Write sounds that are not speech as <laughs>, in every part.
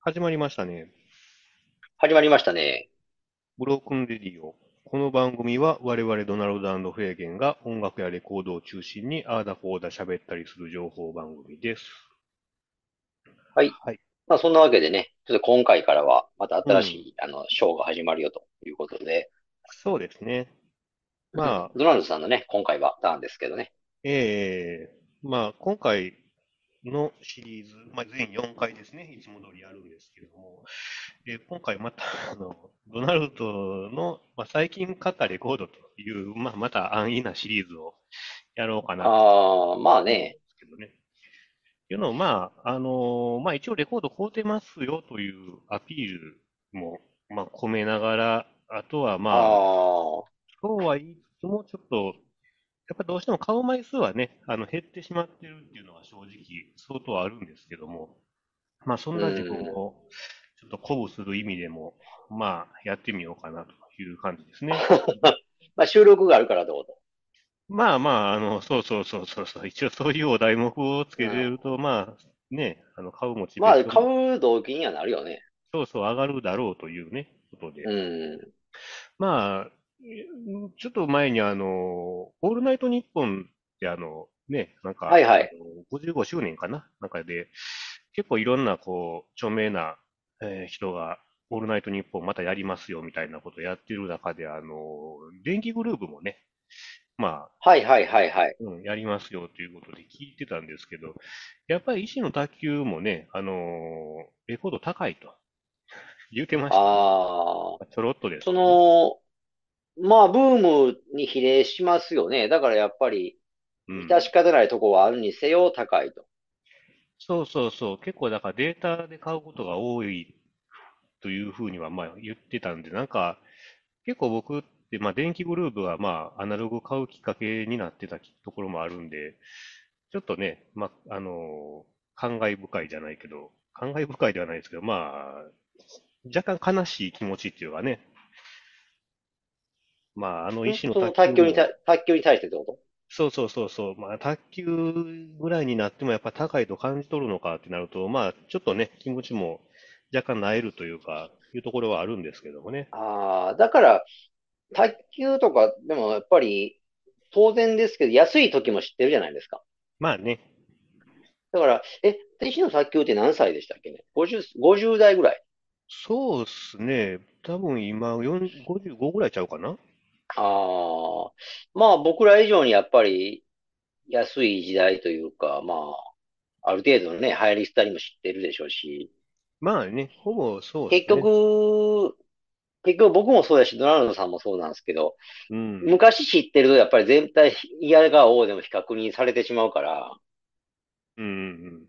始まりましたね。始まりましたね。ブロークンレディオ。この番組は我々ドナルドフレーゲンが音楽やレコードを中心にアーダフォーダ喋ったりする情報番組です。はい。はいまあそんなわけでね、ちょっと今回からはまた新しい、あの、ショーが始まるよということで、そうですね。まあ、ドナルドさんのね、今回はターンですけどね。ええまあ今回のシリーズ、まあ全4回ですね。いつも通りやるんですけれども、えー今回また、 <laughs> あの、ドナルドの、まあ、最近買ったレコードという、まあまた安易なシリーズをやろうかなとああ、まあでね、すけどね。っていうのを、まあ、あのーまあ一応レコード買うてますよというアピールも、まあ込めながら、あとはあまあ、あ、そうは言いつつもちょっと、やっぱどうしても買う枚数はね、あの減ってしまってるっていうのは正直相当あるんですけども、まあそんな自分をちょっと鼓舞する意味でも、まあやってみようかなという感じ <laughs> ですね。まあ収録があるからどうぞ。まあまあ、あの、そうそうそうそうそう、一応そういうお題目をつけてると、まあ、ね、あの、買うモチベまあーションも、買う動機にはなるよね。そうそう上がるだろうというね、ことで。うん。まあ、えちょっと前にあの、オールナイトニッポンってあの、ね、なんか、はいはいあの55周年かな、なんかで、結構いろんなこう、著名な、えー人が、オールナイトニッポンまたやりますよみたいなことやってる中で、あの、電気グループもね、まあ、はいはいはいはい。うん、やりますよということで聞いてたんですけど、やっぱり医師の卓球もね、あのーレコード高いと言うてました。ああ、ちょろっとです。そ、の、まあブームに比例しますよね。だからやっぱり、うん、致し方ないとこはあるにせよ高いと。そうそうそう、結構だからデータで買うことが多いというふうにはまあ言ってたんで、なんか結構僕って、まあ、電気グループがまあアナログ買うきっかけになってたところもあるんで、ちょっとね、まあ、あの感慨深いじゃないけど、感慨深いではないですけど、まあ、若干悲しい気持ちっていうかね、まあ、あの石のその卓卓球にもた、卓球に対してってことそうそうそうそう。まあ、卓球ぐらいになってもやっぱ高いと感じ取るのかってなると、まあ、ちょっとね、気持ちも若干萎えるというか、いうところはあるんですけどもね。ああ、だから、卓球とか、でもやっぱり、当然ですけど、安い時も知ってるじゃないですか。まあね、だから、え、私の卓球って何歳でしたっけね ?50、50代ぐらい。そうっすね。多分今、4 55ぐらいちゃうかなああ、まあ僕ら以上にやっぱり、安い時代というか、まあ、ある程度のね、流行り廃りも知ってるでしょうし、まあね、ほぼそうっ結すね。局、結局僕もそうだし、ドナルドさんもそうなんですけど、うん。昔知ってるとやっぱり全体嫌顔でも比較にされてしまうから、うん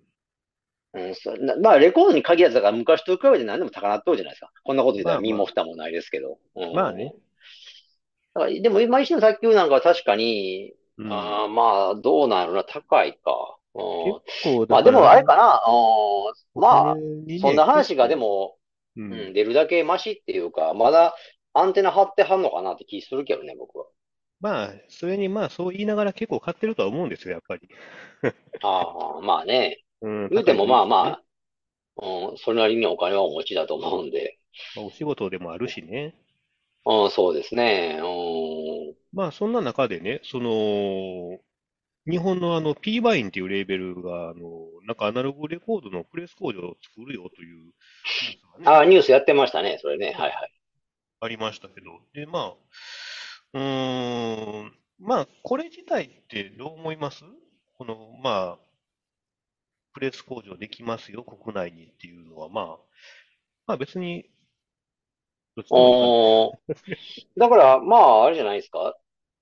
うんうん、そうなまあ、レコードに限らずだから、昔と比べて何でも高なっとるじゃないですか。こんなこと言ったまあまらあ身も蓋もないですけど。うんまあね。だからでも、今石の卓球なんかは確かに、うん。うんあーまあ、どうなるな、高いか。うん、結構まあ、だでかも、ら、あれかな。うん、まあ、そんな話がでも、も、ううんん、出るだけマシっていうか、まだアンテナ張ってはんのかなって気するけどね、僕は。まあ、それにまあ、そう言いながら結構買ってるとは思うんですよ、やっぱり。ああ、 <laughs> まあね。うん、言うても高いまあですねまあ、うん、それなりにお金はお持ちだと思うんで。まあお仕事でもあるしね。うん、そうですね。うん。まあ、そんな中でね、その、日本のあの P バインっていうレーベルが、あの、なんかアナログレコードのプレス工場を作るよというニュースがね、ああ、ニュースやってましたね、それね。はいはい。ありましたけど。で、まあ、うーん、まあ、これ自体ってどう思いますこの、まあ、プレス工場できますよ、国内にっていうのは、まあ、まあ別に、どっちでもいいおー <laughs> だから、まあ、あれじゃないですか。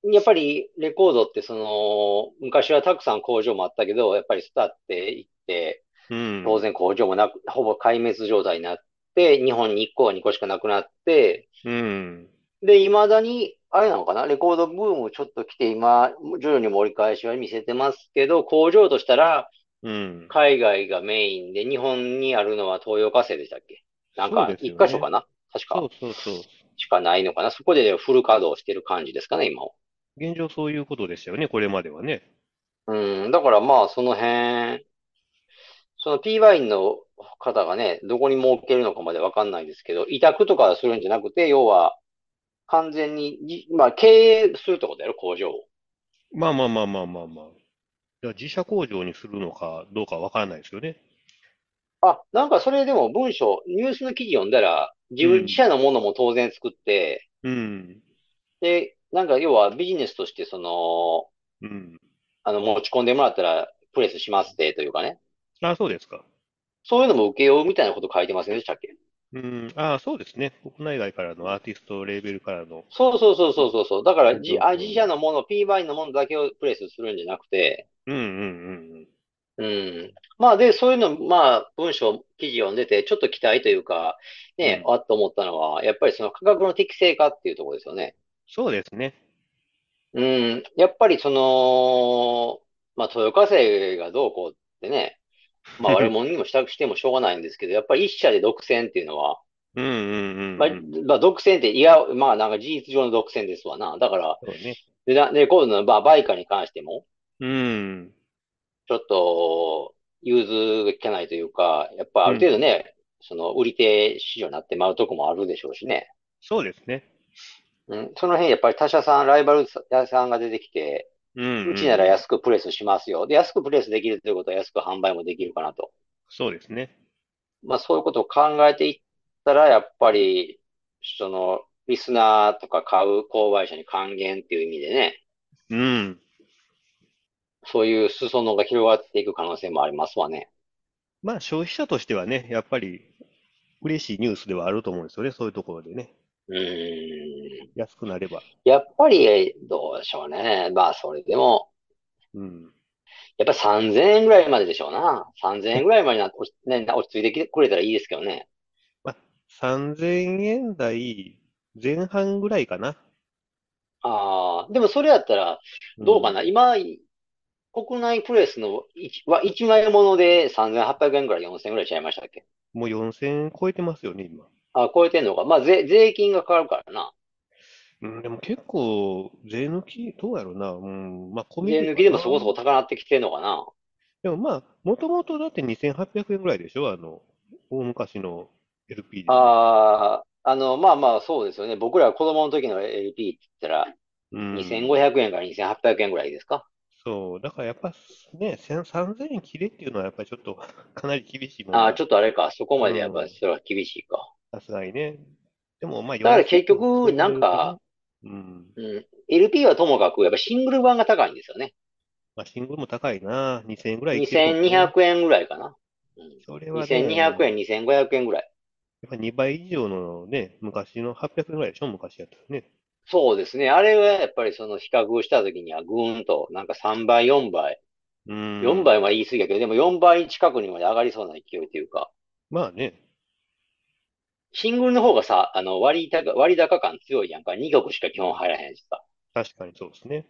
やっぱり、レコードって、その、昔はたくさん工場もあったけど、やっぱり廃っていって、かなうん、当然工場もなく、ほぼ壊滅状態になって、日本に1個は2個しかなくなって、うん、で、未だに、あれなのかな、レコードブームちょっと来て、今、徐々に盛り返しは見せてますけど、工場としたら、うん、海外がメインで、日本にあるのは東洋化成でしたっけなんそうか、ですよ1箇所ねかな確かそう。そうそう。しかないのかな。そこでフル稼働してる感じですかね、今は。現状そういうことでしたよね、これまではね。うん、だからまあ、その辺、その P バインの方がね、どこに設けるのかまでわかんないですけど、委託とかするんじゃなくて、要は、完全にじ、まあ、経営するってことやろ、工場を。まあまあまあまあまあまあ。じゃあ自社工場にするのかどうかわからないですよね。あ、なんかそれでも文章、ニュースの記事読んだら、自う分、自ん。社のものも当然作って、うん。で、なんか要はビジネスとして、その、うん。あの、持ち込んでもらったら、プレスしますで、というかね。あ、そうですか。そういうのも請負うみたいなこと書いてませんでしたっけうん。あ、そうですね。国内外からのアーティスト、レーベルからのそうそうそうそうそうそう。だから、じ、情あ、報自を。社のもの、P バインのものだけをプレスするんじゃなくて、うんうんうんうん。まあ、で、そういうの、まあ、文章、記事読んでて、ちょっと期待というか、うん。うね、ん。あっと思ったのは、やっぱりその価格の適正化っていうところですよね。そうですね。うん。やっぱりその、まあ、豊化税がどうこうってね、 <laughs> まあ、悪者にもしたくしてもしょうがないんですけど、やっぱり一社で独占っていうのは、うんうんまあ、うんうん。まあ、独占って、いや、まあ、なんか事実上の独占ですわな。だから、そうね。で、なで、今度の、まあ、売価に関しても、うん。ちょっと、融通が利かないというか、やっぱうある程度ん。ね、その、売り手市場になってまうとこもあるでしょうしね。そうですね。うん、その辺、やっぱり他社さん、ライバルさんが出てきて、うんううちならんうん。安くプレスしますよ。で、安くプレスできるということは安く販売もできるかなと。そうですね。まあ、そういうことを考えていったら、やっぱり、その、リスナーとか買う購買者に還元っていう意味でね、うん。そういう裾野が広がっていく可能性もありますわね。まあ消費者としてはね、やっぱり嬉しいニュースではあると思うんですよね。そういうところでね。うーん。安くなれば。やっぱり、どうでしょうね。まあ、それでも、うん。やっぱ3000円ぐらいまででしょうな。3000円ぐらいまでな、落ち、 <laughs> ね、落ち着いてくれたらいいですけどね。まあ、3000円台前半ぐらいかな。ああ、でもそれやったら、うどうかん。な。今、国内プレスの一は一枚物で3800円ぐらい、4000円ぐらいちゃいましたっけもう4000円超えてますよね、今。あ、超えてんのか。まあ、税、税金がかかるからな。うん、でも結構、税抜き、どうやろうな。うん、まあ、込み税で抜かきでもそこそな。こ高なってきてんのかな。でもまあ、もともとだって2800円ぐらいでしょあの、大昔の LP でも。ああ、あの、まあまあ、そうですよね。僕ら子供の時の LP って言ったら、うん。 2500円から2800円ぐらいですかそう。だからやっぱね、1000 3000円切れっていうのはやっぱりちょっと <laughs> かなり厳しいもんああ、が。ちょっとあれか。そこまうでやっぱりん。それは厳しいか。さすがにね。でもまあだから結4000局、超えなんるとね。か、うん。うん、LP はともかく、やっぱシングル版が高いんですよね。まあ、シングルも高いな。2000円ぐらいいってると2200ね。円ぐらいかな。うん、それは2200ね、円、2500円ぐらい。やっぱ2倍以上のね、昔の800円ぐらいでしょ昔やったらね。そうですね。あれはやっぱりその比較をした時にはぐーんと、なんか3倍、4倍。う4ん。倍は言い過ぎやけど、でも4倍近くにまで上がりそうな勢いというか、まあね。シングルの方がさ、あの割高、割高感強いやんか。2曲しか基本入らへんしさ。確かにそうですね。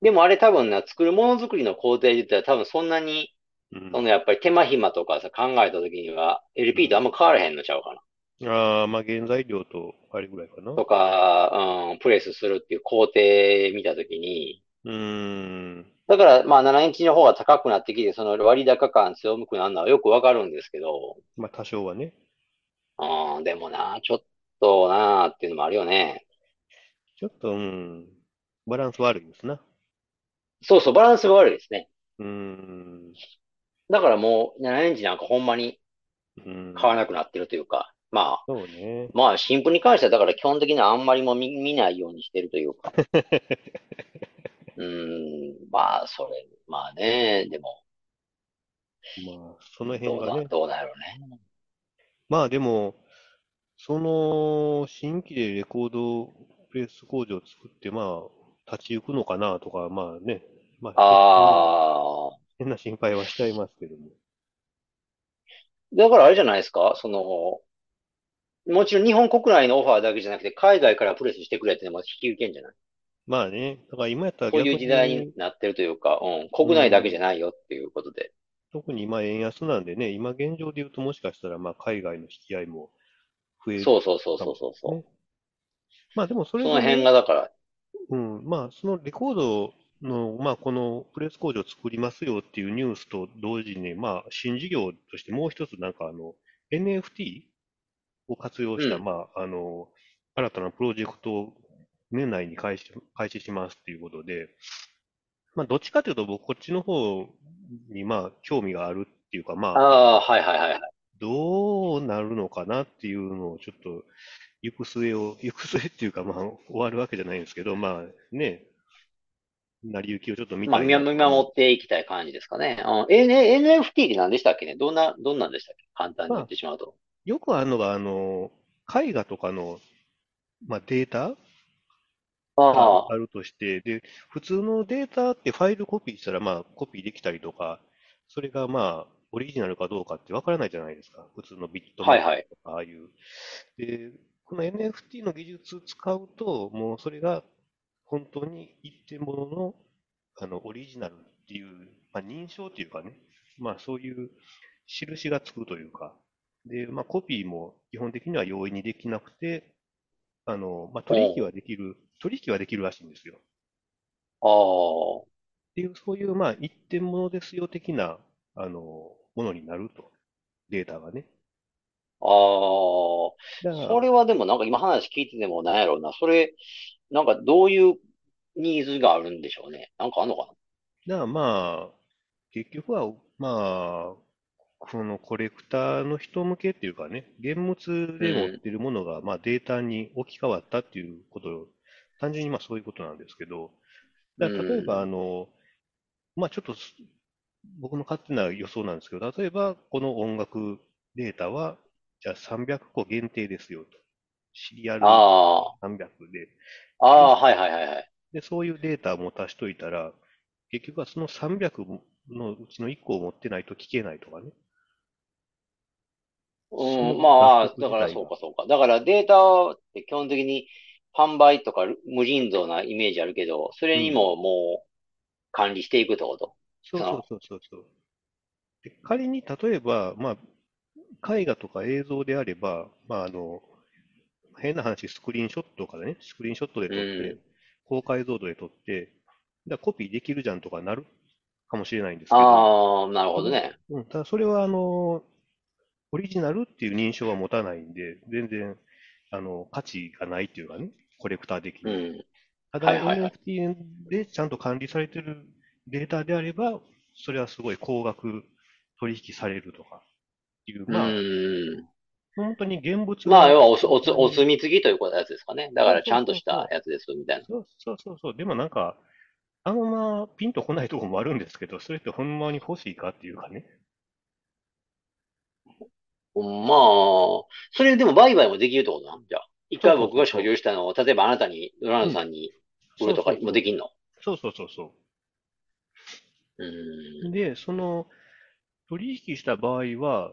でもあれ多分な、作るものづくりの工程で言ったら多分そんなに、うそん。のやっぱり手間暇とかさ、考えた時にはう LP とあんん。ま変わらへんのちゃうかな。ああ、まあ原材料とあれぐらいかな。とか、うん、プレスするっていう工程見たときに、うーん。だからまあ7インチの方が高くなってきて、その割高感強くなるのはよくわかるんですけど、まあ多少はね。うん、でもな、ちょっとなっていうのもあるよね。ちょっと、うん。バランス悪いですな。そうそう、バランスが悪いですね。うーん。だからもう7インチなんかほんまにう買わん。なくなってるというか、まあ、そうね。まあ新聞に関してはだから基本的にはあんまりも見、見ないようにしてるというか、うん、まあそれ、まあね、でもまあ、その辺どうがな、ね。どうなんやろうね。まあでも、その、新規でレコードプレス工場を作って、まあ、立ち行くのかなとか、まあね、まあ、ちょっと変な、ああ、変な心配はしちゃいますけども。だからあれじゃないですか、その、もちろん日本国内のオファーだけじゃなくて、海外からプレスしてくれってのも引き受けんじゃないまあね、だから今やったらこういう逆時代にに、なってるというか、うん、う国内だけじゃん、ないよっていうことで。特に今円安なんでね、今現状で言うともしかしたら、まあ海外の引き合いも増えるそうそうそうかそもうそうしれないでそ。すね。まあでもそうれそのが辺ね、がだから、うん、まあそのレコードの、まあ、このプレス工場を作りますよっていうニュースと同時に、まあ、新事業としてもう一つ、なんかあの、NFT を活用した、うんまあ、あの、新たなプロジェクトを年内に開始、開始しますっていうことで、まあ、どっちかというと、僕、こっちの方に、まあ、興味があるっていうか、まあ、ああー、はいはいはいはい。どうなるのかなっていうのをちょっと行く末を、 <laughs> 行く末っていうかまあ終わるわけじゃないんですけど、まあね、成り行きをちょっと見まあ、たい見な守見守っていきたい感じですかね。うん、N- NFT って何でしたっけねどんな、どんなんでしたっけ簡単に言ってしまうと。よくあるのが、あの、絵画とかの、まあ、データあがあるとして、で、普通のデータってファイルコピーしたら、まあ、コピーできたりとか、それがまあ、オリジナルかどうかってわからないじゃないですか。普通のビットあ、マはークいはい。とか、ああいう。で、この NFT の技術使うと、もうそれが本当に一点物の、あの、オリジナルっていう、まあ、認証っていうかね、まあそういう印がつくというか、で、まあコピーも基本的には容易にできなくて、あの、まあ取引はできる、取引はできるらしいんですよ。ああ、っていう、そういう、まあ、一点物ですよ的な、あの、ものになると。データがね。ああ。だから、それはでもなんか今話聞いててもなんやろうな。それ、なんかどういうニーズがあるんでしょうね。なんかあんのかだからまあ、結局は、まあ、このコレクターの人向けっていうかね、現物で持ってるものが、まあ、データに置き換わったっていうこと、単純にまあそういうことなんですけど、だから例えば、あの、まあちょっとす僕の勝手な予想なんですけど、例えばこの音楽データは、じゃあ300個限定ですよと。シリアルな。あ300で。あ、ああ、はいはいはいはい。で、そういうデータを持たしといたら、結局はその300のうちの1個を持ってないと聞けないとかね。そのうん、まあ、楽曲だから自体そうがかそうか。だからデータって基本的に販売とか無尽蔵なイメージあるけど、それにももう管理していくってこと。そうそうそうそうそう。で、仮に例えば、まあ、絵画とか映像であれば、まあ、あの、変な話、スクリーンショットとかでね、スクリーンショットで撮ってう、高解像度で撮って、だからコピーできるじゃんとかなるかもしれないんですけど、ああ、なるほどね。うん、ただそれは、あの、オリジナルっていう認証は持たないんで、全然、あの、価値がないっていうかね、コレクター的うに。ん。たはいはいはだ NFT でちゃんと管理されてるデータであれば、それはすごい高額取引されるとかっていう、まあ、うん。本当に現物まあ、が要はおす、おつ、お墨付きということのやつですかね。だからちゃんとしたやつです、みたいな。そうそうそうそう、でもなんか、あんまピンとこないとこもあるんですけど、それってほんまに欲しいかっていうかね。まあ、それでも売買もできるってことなんじゃあ。一回僕が所有したのを、例えばあなたに、ドラノさんに売るとかそうそうそうもできんのそうそうそうそうう。ん。で、その取引した場合は、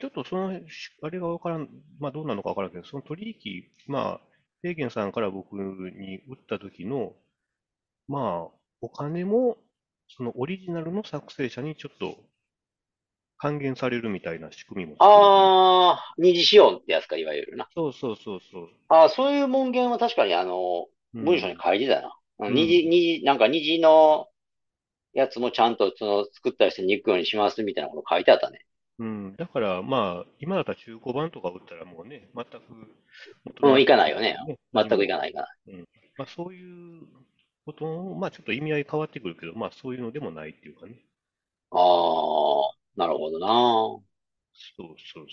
ちょっとその、しあれがわからん、まあどうなのかわからんけど、その取引、まあ、フェーゲンさんから僕に売った時の、まあ、お金も、そのオリジナルの作成者にちょっと還元されるみたいな仕組みも作れてああ、二次使用ってやつか、いわゆるな。そうそうそうそう。ああ、そういう文言は確かにあの、うん文章に書いてたな。うんうん二次、二次、なんか二次のやつもちゃんとその作った人に行くようにしますみたいなこと書いてあったね。うん、だからまあ、今だったら中古版とか売ったらもうね、全く元うんにいかないよねね全くいかないいかない。まあ、そういうことも、まあ、ちょっと意味合い変わってくるけど、まあ、そういうのでもないっていうかね。ああ、なるほどな。そうそうそうそう、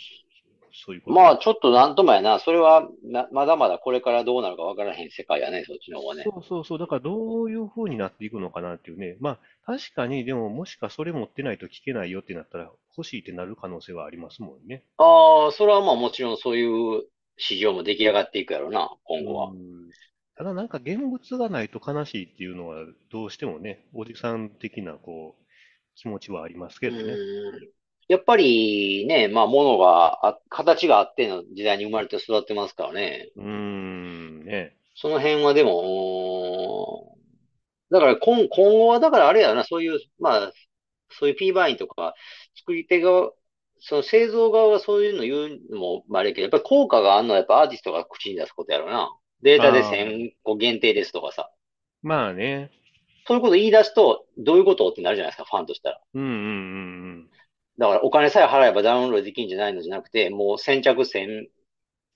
そういうこと。まあ、ちょっとなんともやな。それはな、まだまだこれからどうなるかわからへん世界やね、そっちの方はね。そうそうそう、だからどういうふうになっていくのかなっていうね、まあ、確かに、でも、もしかそれ持ってないと聞けないよってなったら、欲しいってなる可能性はありますもんね。ああ、それはまあもちろんそういう市場も出来上がっていくやろうな、今後はう。んただ、なんか現物がないと悲しいっていうのは、どうしてもね、おじさん的なこう気持ちはありますけどね。うんやっぱりね、まあ物があ、形があっての時代に生まれて育ってますからね。うーん、ね。その辺はでも、うんだから今、今後はだからあれやな、そういう、まあ、そういう P バインとか、作り手側、その製造側がそういうの言うのもあれやけど、やっぱり効果があるのはやっぱアーティストが口に出すことやろうな。データであー1000個限定ですとかさ。まあね。そういうこと言い出すと、どういうことってなるじゃないですか、ファンとしたら。うんうんだからお金さえ払えばダウンロードできるんじゃないのじゃなくて、もう先着1000、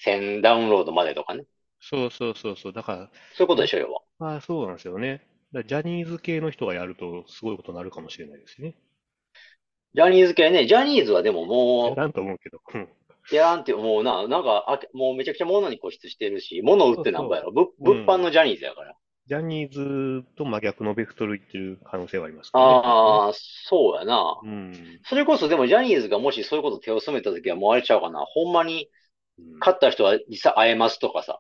1000ダウンロードまでとかね。そうそうそうそう。だから、そういうことでしょ、要は。まあそうなんですよね。だからジャニーズ系の人がやるとすごいことになるかもしれないですね。ジャニーズ系ね、ジャニーズはでももなんと思うけど。うんう、やらんって、もうな、なんか、あけもうめちゃくちゃ物に固執してるし、物売ってなんぼやろ。ぶそう物販のジャニーズやから。ジャニーズと真逆のベクトルいってる可能性はありますけどね。ああ、そうやな。うん。それこそでもジャニーズがもしそういうこと手を染めた時はもうあれちゃうかな。ほんまにうん勝った人は実際会えますとかさ。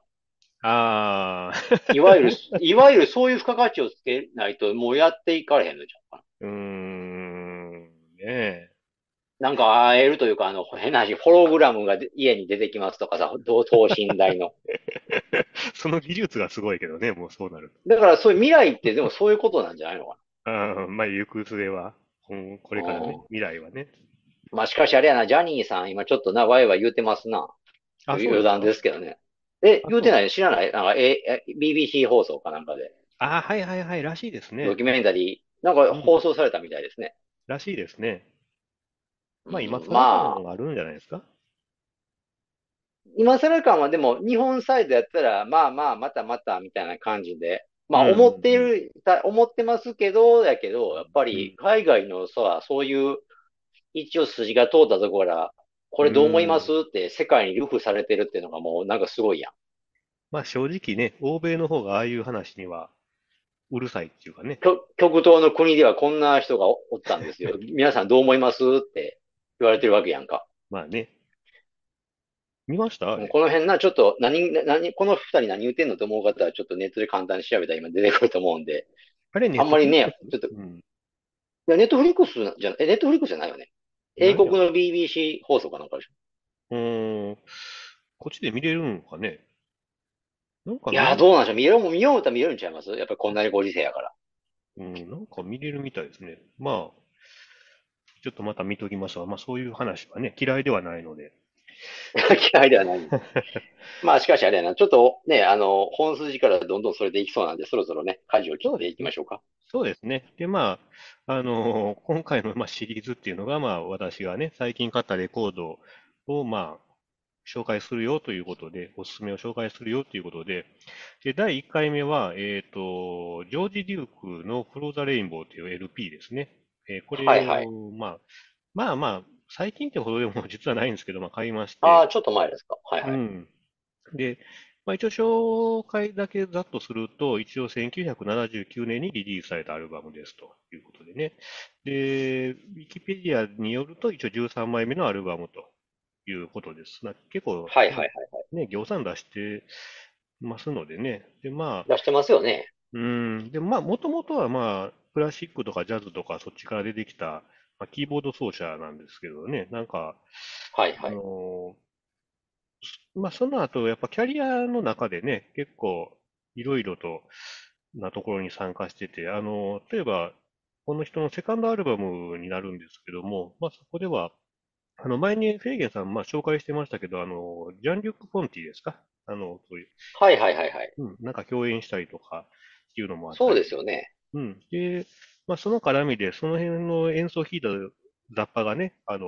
ああ、いわゆる、いわゆるそういう付加価値をつけないともうやっていかれへんのじゃんか <laughs> うーん、ねえ。な。なんか会えるというか、あの、変な話、ホログラムがで家に出てきますとかさ、同等身大の。その技術がすごいけどね、もうそうなるだからそういう未来ってでもそういうことなんじゃないのかと。ああ、まあ、行く末は、今これからね、未来はね。な。まあしかしあれやな、ジャニーさん今ちょっとな、ワイワイ言うてますな。あ、そう余談でですすけどね。え、あ言うてない知らないなんか、え、え BBC 放送かなんかで、か。あ、はいはいはい、らしいですねド。キュメンタリー、なんかうん放送されたみたいですね。らしいですね。まあ、今更ま感あ、があるんじゃないですか。今更感はでも、日本サイドやったら、まあまあ、またまた、みたいな感じで、まうあ、ん思っている、た思ってますけど、やけど、やっぱり、海外のさ、そういう、一応筋が通ったところから、これどう思いますって、世界に流布されてるっていうのがもう、なんかすごいやん。まあ、正直ね、欧米の方がああいう話にはうるさいっていうかね。極極東の国ではこんな人がおおったんです <laughs> よ。皆さんどう思いますって言われてるわけやんか。まあね。見ましたあもうれこの辺な、ちょっと何、何、この二人何言ってんのと思う方は、ちょっとネットで簡単に調べたら今出てくると思うんで、あれね、あんまりね、ちょっと、いうん。や、ネットフリックスじゃな、え、ネットフリックスじゃないよね。英国の BBC 放送かなんかでしうーん。こっちで見れるんかね。なんかょ。いや、ね、どうなんでしょう。見ようも見ようと見れるんちゃいますやっぱりこんなにご時世やから。うん、なんか見れるみたいですね。まあ、ちょっとまた見ときますわ。まあ、そういう話はね、嫌いではないので。嫌いではない。 <laughs> まあ、しかしあれやな、ちょっとね、あの、本筋からどんどんそれでいきそうなんで、そろそろね、舵を切っていきましょうか。そうですね。で、まあ、あの今回の、まあ、シリーズっていうのが、まあ、私がね、最近買ったレコードを、まあ、紹介するよということで、おすすめを紹介するよということで、で、第1回目は、えっと、ジョージ・デュークのフローザ・レインボーという LP ですね。えーこれはいはいを、まあ、まあまあ、最近ってほどでも実はないんですけど、まあ、買いまして、ああ、ちょっと前ですか。はいはうい。ん。で、まあ、一応紹介だけざっとすると、一応1979年にリリースされたアルバムですということでね。で、ウィキペディアによると、一応13枚目のアルバムということです。な結構、はいはいはい。ね、ぎょうさん出してますのでね。で、まあ、出してますよね。うん。で、まあ、もともとはまあ、クラシックとかジャズとかそっちから出てきた、まあ、キーボード奏者なんですけどね。なんか、はいあはい。のーまあ、その後、やっぱキャリアの中でね、結構いろいろとなところに参加してて、あのー例えば、この人のセカンドアルバムになるんですけども、まあ、そこでは、あの、前にフェーゲンさん、まあ、紹介してましたけど、あのージャン・リュック・フォンティですかあの、そういう、はいはいはいはい。うん、なんか共演したりとかっていうのもあったそうりですよね。うん。で、まあ、その絡みで、その辺の演奏を弾いた雑把がね、あの、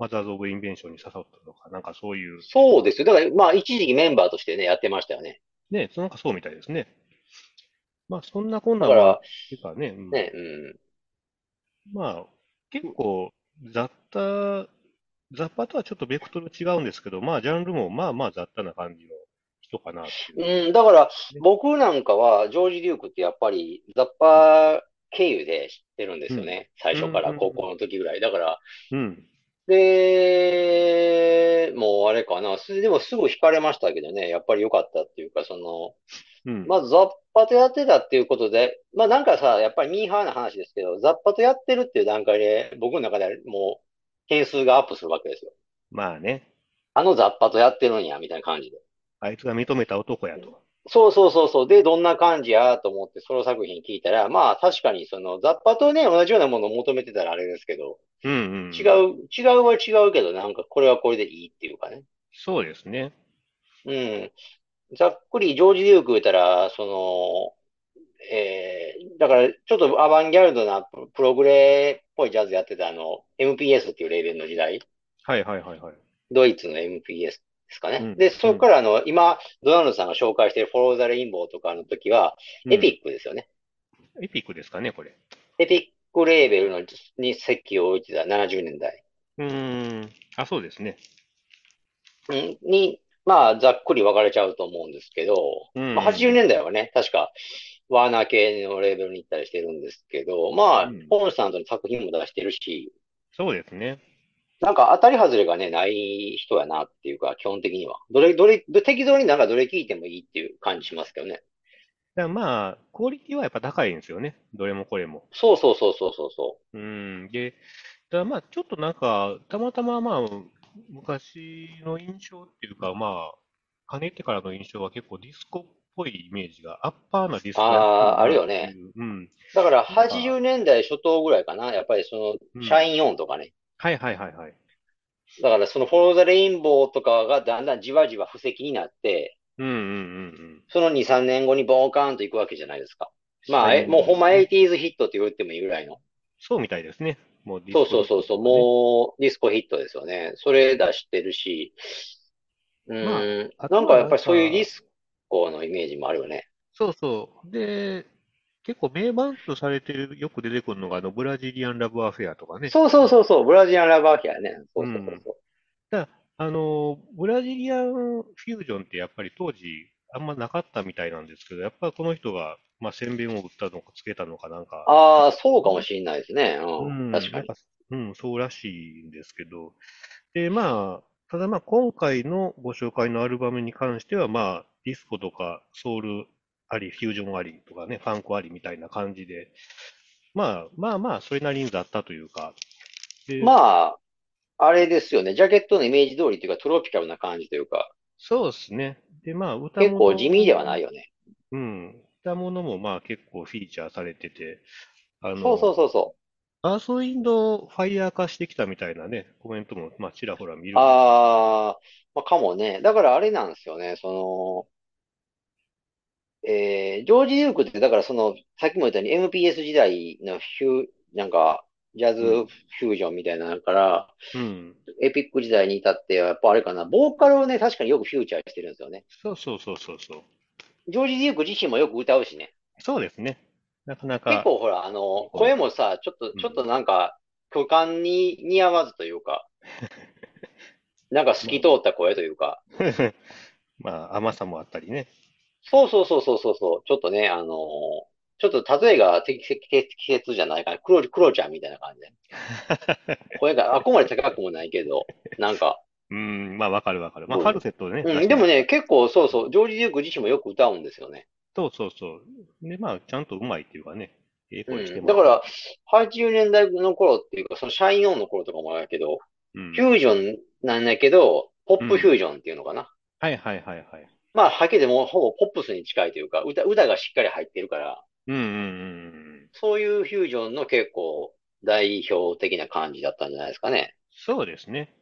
マザーズ・オブ・インベンションに刺さったのか、なんかそういう、そうですよ。だから、まあ、一時期メンバーとしてね、やってましたよね。ね、なんかそうみたいですね。まあ、そんなこんなだもかんら、っていうかね、うんね、うん。まあ、結構、雑多、雑把とはちょっとベクトル違うんですけど、まあ、ジャンルもまあまあ雑多な感じの人かなっていう。うん、だから、僕なんかは、ジョージ・デュークってやっぱり、ザッパー経由で知ってるんですよね。最初かうら、ん高校の時ぐらい。だから、うん。で、もうあれかな。すでもすぐ惹かれましたけどね。やっぱり良かったっていうか、その、うん。まずザッパとやってたっていうことで、まあなんかさ、やっぱりミーハーな話ですけど、ザッパとやってるっていう段階で、僕の中ではもう、件数がアップするわけですよ。まあね、あのザッパとやってるんや、みたいな感じで。あいつが認めた男やと。そうそうそうそう。で、どんな感じやと思って、ソロ作品聞いたら、まあ確かにその、ザッパとね、同じようなものを求めてたらあれですけど、うんうんうん。違う、違うは違うけど、なんかこれはこれでいいっていうかね。そうですね。うん。ざっくり、ジョージ・デューク言ったら、その、えだから、ちょっとアバンギャルドなププログレっぽいジャズやってたあの、MPS っていうレーベルの時代、はいはいはいはい。ドイツの MPS ですかね。うんで、そこからあの、今、ドナルドさんが紹介しているフォローザレインボーとかの時は、うんエピックですよね。エピックですかね、これ。エピックレーベルのに席を置いてた70年代うーん。あ、そうですね。うんに、まあ、ざっくり分かれちゃうと思うんですけど、うんまあ、80年代はね、確か、ワーナー系のレーベルに行ったりしてるんですけど、まあうん、コンスタントに作品も出してるし、そうですね。なんか当たり外れがね、ない人やなっていうか、基本的には。どれ、どれ、ど適当になんかどれ聞いてもいいっていう感じしますけどね。だからまあ、クオリティはやっぱ高いんですよね。どれもこれも。そうそうそうそうそうそうーん。で、だからまあ、ちょっとなんか、たまたままあ、昔の印象っていうか、まあ、かねてからの印象は結構ディスコっぽいイメージが、アッパーなディスコやあーってあるよなねっていう。うん。う。だから80年代初頭ぐらいかな、やっぱりそうんの、シャインオンとかね。はいはいはいはい。だからそのフォローザレインボーとかがだんだんじわじわ布石になって、うんうんうんうん。その2、3年後にボーカーンと行くわけじゃないですか。まあ、シャインえもうほんまですね 80s ヒットって言ってもいいぐらいの。そうみたいですね。もうディそうスそコうそうそう、とかねもうディスコヒットですよね。それ出してるし、うーん、あとなはんかやっぱりそういなうんかディスコのイメージもあるよね。そうそう。で、結構名盤とされてる、よく出てくるのが、あの、ブラジリアンラブアフェアとかね。そうそうそうそう、ブラジリアンラバーヒアね。そうそうそうそう。あの、ブラジリアンフュージョンってやっぱり当時あんまなかったみたいなんですけど、やっぱりこの人が、まあ、先鞭を打ったのかつけたのかなんか、ああ、そうかもしれないですね。う、うんん、確なかんに。か、うん、そうらしいんですけど、で、まあ、ただまあ、今回のご紹介のアルバムに関しては、まあ、ディスコとかソウルあり、フュージョンありとかね、ファンクありみたいな感じで、まあまあまあ、それなりにだったというか、で、まあ、あれですよね。ジャケットのイメージ通りというか、トロピカルな感じというか、そうですね。で、まあ、歌。結構地味ではないいよね。うん。歌物もまあ結構フィーチャーされてて、あそうそうの、そうそう。アースウィンドファイヤー化してきたみたいなね、コメントもまあちらほら見るんでああ、まあ、かもね。だからあれなんですよね。その、えージョージ・デュークって、だからその、さっきも言ったように MPS 時代のヒュー、なんか、ジャズうんフュージョンみたいなのから、すけど、うん。エピック時代に至っては、やっぱあれかな、ボーカルをね、確かによくフューチャーしてるんですよね。そうそうそうそうそう。ジョージ・デューク自身もよく歌うしね。そうですね。なかな結か、構ほら、あの、声もさ、ちょっと、うんちょっとなんか、巨漢に似合わずとい <laughs> うか、なんか透き通った声というか、まあ甘さもあったりね。そうそうそうそうそうそう。ちょっとね、あのーちょっと例えが適切、適切じゃないかな。黒、黒ちゃんみたいな感じで。 <laughs> 声が、あくまで高くもないけど、なんか。うん、まあわかるわかる。まあうんファルセットね、う出しん、でもてね、結構そうそう、ジョージ・デューク自身もよく歌うんですよね。そうそうそう。で、まあちゃんとうまいっていうかね、ええう声してん。まだす。から、80年代の頃っていうか、そのシャインオンの頃とかもあるけど、うんフュージョンなんだけど、ポップフュージョンっていうのかな。はいはいはいはい。まあ、はっきり言ってもうほぼポップスに近いというか、歌、歌がしっかり入ってるから、うんうんうんうん。そういうフュージョンの結構代表的な感じだったんじゃないですかね。そうですね。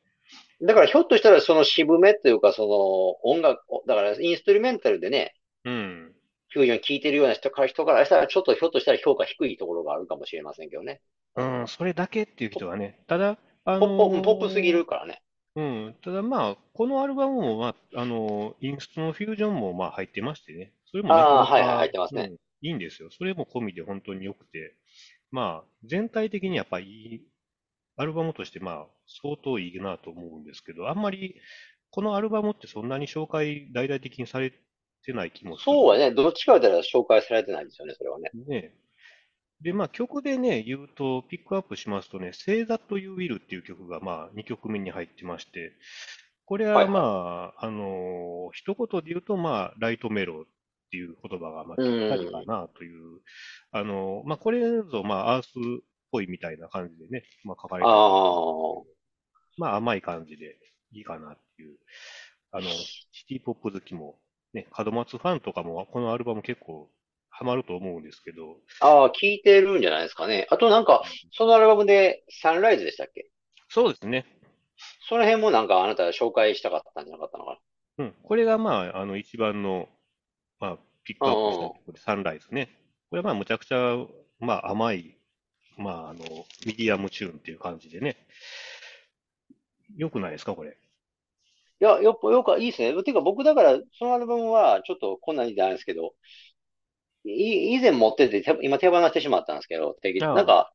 だからひょっとしたらその渋めというか、その音楽、だからインストゥルメンタルでね、うん。フュージョン聴いてるような人から人からしたら、ちょっとひょっとしたら評価低いところがあるかもしれませんけどね。うん、それだけっていう人はね、ただ、あポップ、のうんポップすぎるからね。うん、ただまあ、このアルバムも、まあ、あのインストのフュージョンもまあ入ってましてね、それもなあーかなはいはか、い入ってますねうんいいんですよ。それも込みで本当に良くて、まあ、全体的にやっぱいい、アルバムとしてまあ、相当いいなと思うんですけど、あんまり、このアルバムってそんなに紹介大々的にされてない気もする。そうはね、どっちかというと紹介されてないんですよね、それはね。ね。で、まあ曲でね、言うと、ピックアップしますとね、Say That You Will っていう曲がまあ2曲目に入ってまして、これははいはいまあ、あのー一言で言うと、まあ、ライトメロっていう言葉がまあぴったりかなという、あのーまあこれぞまあアースっぽいみたいな感じでね、まあ書かれあてる、あ、まあ甘い感じでいいかなっていう、あの、シティポップ好きも、ね、門松ファンとかもこのアルバム結構ハマると思うんですけど、ああ、聞いてるんじゃないですかね。あとなんか、そのアルバムでサンライズでしたっけそうですね。その辺もなんかあなた紹介したかったんじゃなかったのかな。うん、これがまあ、あの一番の、まあ、ピックアップしたところで、サンライズね。これはまあむちゃくちゃ、まあ、甘い、まあ、あの、ミディアムチューンっていう感じでね。良くないですか、これ。いや、よっぽ、よく、いいですね。てか僕だから、そのアルバムは、ちょっとこんなにじゃないですけど、い、以前持ってて、て今手放してしまったんですけど、定期あなんか、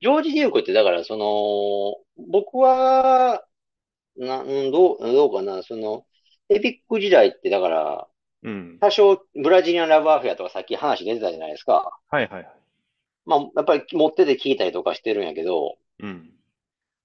ジョージ・デュークって、だから、その、僕は、な、うんどう、どうかな、その、エピック時代って、だから、うん。多少、ブラジリアン・ラブ・アフェアとかさっき話出てたじゃないですか。はいはいはい。まあ、やっぱり持ってて聞いたりとかしてるんやけど、うん。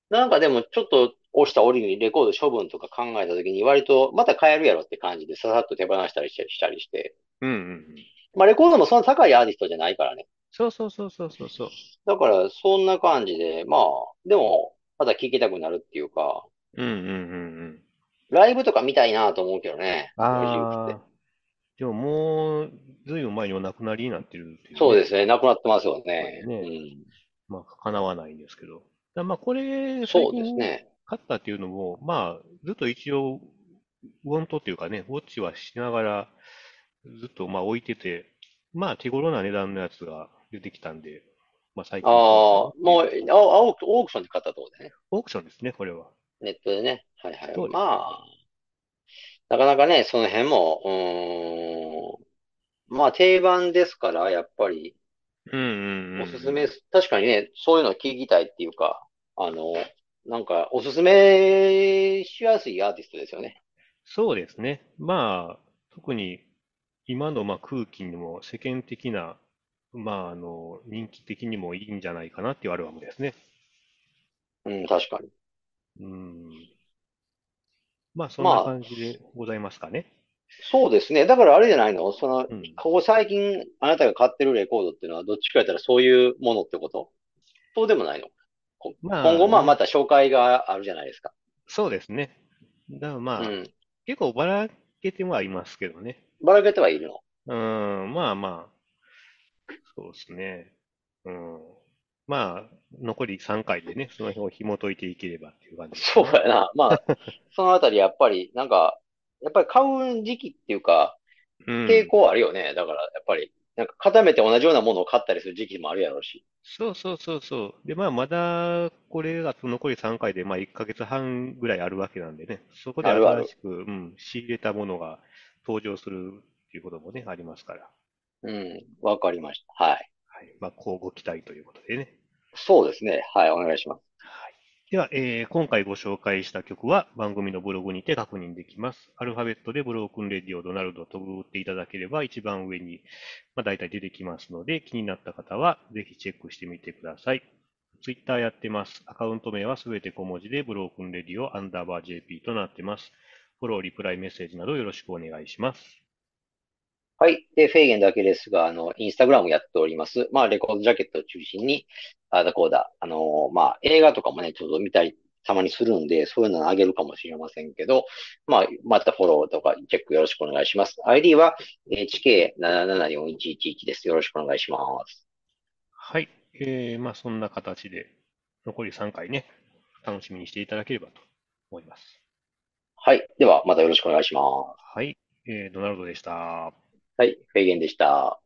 なんかでも、ちょっと、押した折にレコード処分とか考えた時に、割と、また買えるやろって感じで、ささっと手放したりして、したりして。うんうんうん。まあ、レコードもそんな高いアーティストじゃないからね。そうそうそうそうそうそう。だから、そんな感じで、まあ、でも、また聴きたくなるっていうか、うんうんうんうん。ライブとか見たいなと思うけどね、あジョージウッドっあ、でももう、ずいぶん前にお亡くなりになってるっていて。うそうね。ですね、なくなってますよね。ねうん。まあ、叶わないんですけど。だまあ、これ、最そうです近ね。買ったっていうのも、まあ、ずっと一応、ウォントっていうかね、ウォッチはしながら、ずっとまあ置いてて、まあ、手頃な値段のやつが出てきたんで、まあ、最あ近あ、買ったなっていうもう、あ、あオークオークションで買ったとこでね。オークションですね、これは。ネットでね。はいはそうでい。すね。まあ、なかなかね、その辺も、うーん、まあ定番ですから、やっぱり、うんうんおうすんすうめん。です、確かにね、そういうの聞きたいっていうか、あの、なんか、おすすめしやすいアーティストですよね。そうですね。まあ、特に今のまあ空気にも世間的な、まあ、あの人気的にもいいんじゃないかなっていうアルバムですね。うん、確かに。うん。まあ、そんなまあ、感じでございますかね。そうですね。だからあれじゃないのその、うん。ここ最近、あなたが買ってるレコードっていうのは、どっちかやったらそういうものってことそうでもないのこ今まあ後、まあ、まね、た紹介があるじゃないですか。そうですね。だからうまあ、ん。結構ばらけてはいますけどね。ばらけてはいるの。うん、まあまあ、そうですね。うん。まあ、残り3回でね、その辺を紐解いていければっていう感じですかそうね。や <laughs> な。まあ、そのあたり、やっぱり、なんか、やっぱり買う時期っていうか、う傾ん。向あるよね。だから、やっぱり、なんか固めて同じようなものを買ったりする時期もあるやろうし。そうそうそうそう。で、まあ、まだ、これが残り3回で、まあ、1ヶ月半ぐらいあるわけなんでね、そこであるあ新る。しく、うん、仕入れたものが登場するっていうこともね、ありますから、うん、わかりました。はい。はい。まあ、乞うご期待ということでね。そうですね。はい、お願いします。はい。では、えー今回ご紹介した曲は番組のブログにて確認できます。アルファベットでブロークンレディオドナルドとググっていただければ一番上に、まあ、大体出てきますので気になった方はぜひチェックしてみてください。ツイッターやってます。アカウント名はすべて小文字でブロークンレディオアンダーバー JP となってます。フォロー、リプライ、メッセージなどよろしくお願いします。はい。で、フェイゲンだけですが、あの、インスタグラムやっております。まあ、レコードジャケットを中心に、あーだこうだ、あのーまあ、映画とかもね、ちょっと見たり、たまにするんで、そういうのあげるかもしれませんけど、まあ、またフォローとかチェックよろしくお願いします。ID は HK774111 です。よろしくお願いします。はい。えーまあそんな形で残り3回ね、楽しみにしていただければと思います。はい。では、またよろしくお願いします。はい、えー、ドナルドでした。はい。フェイゲンでした。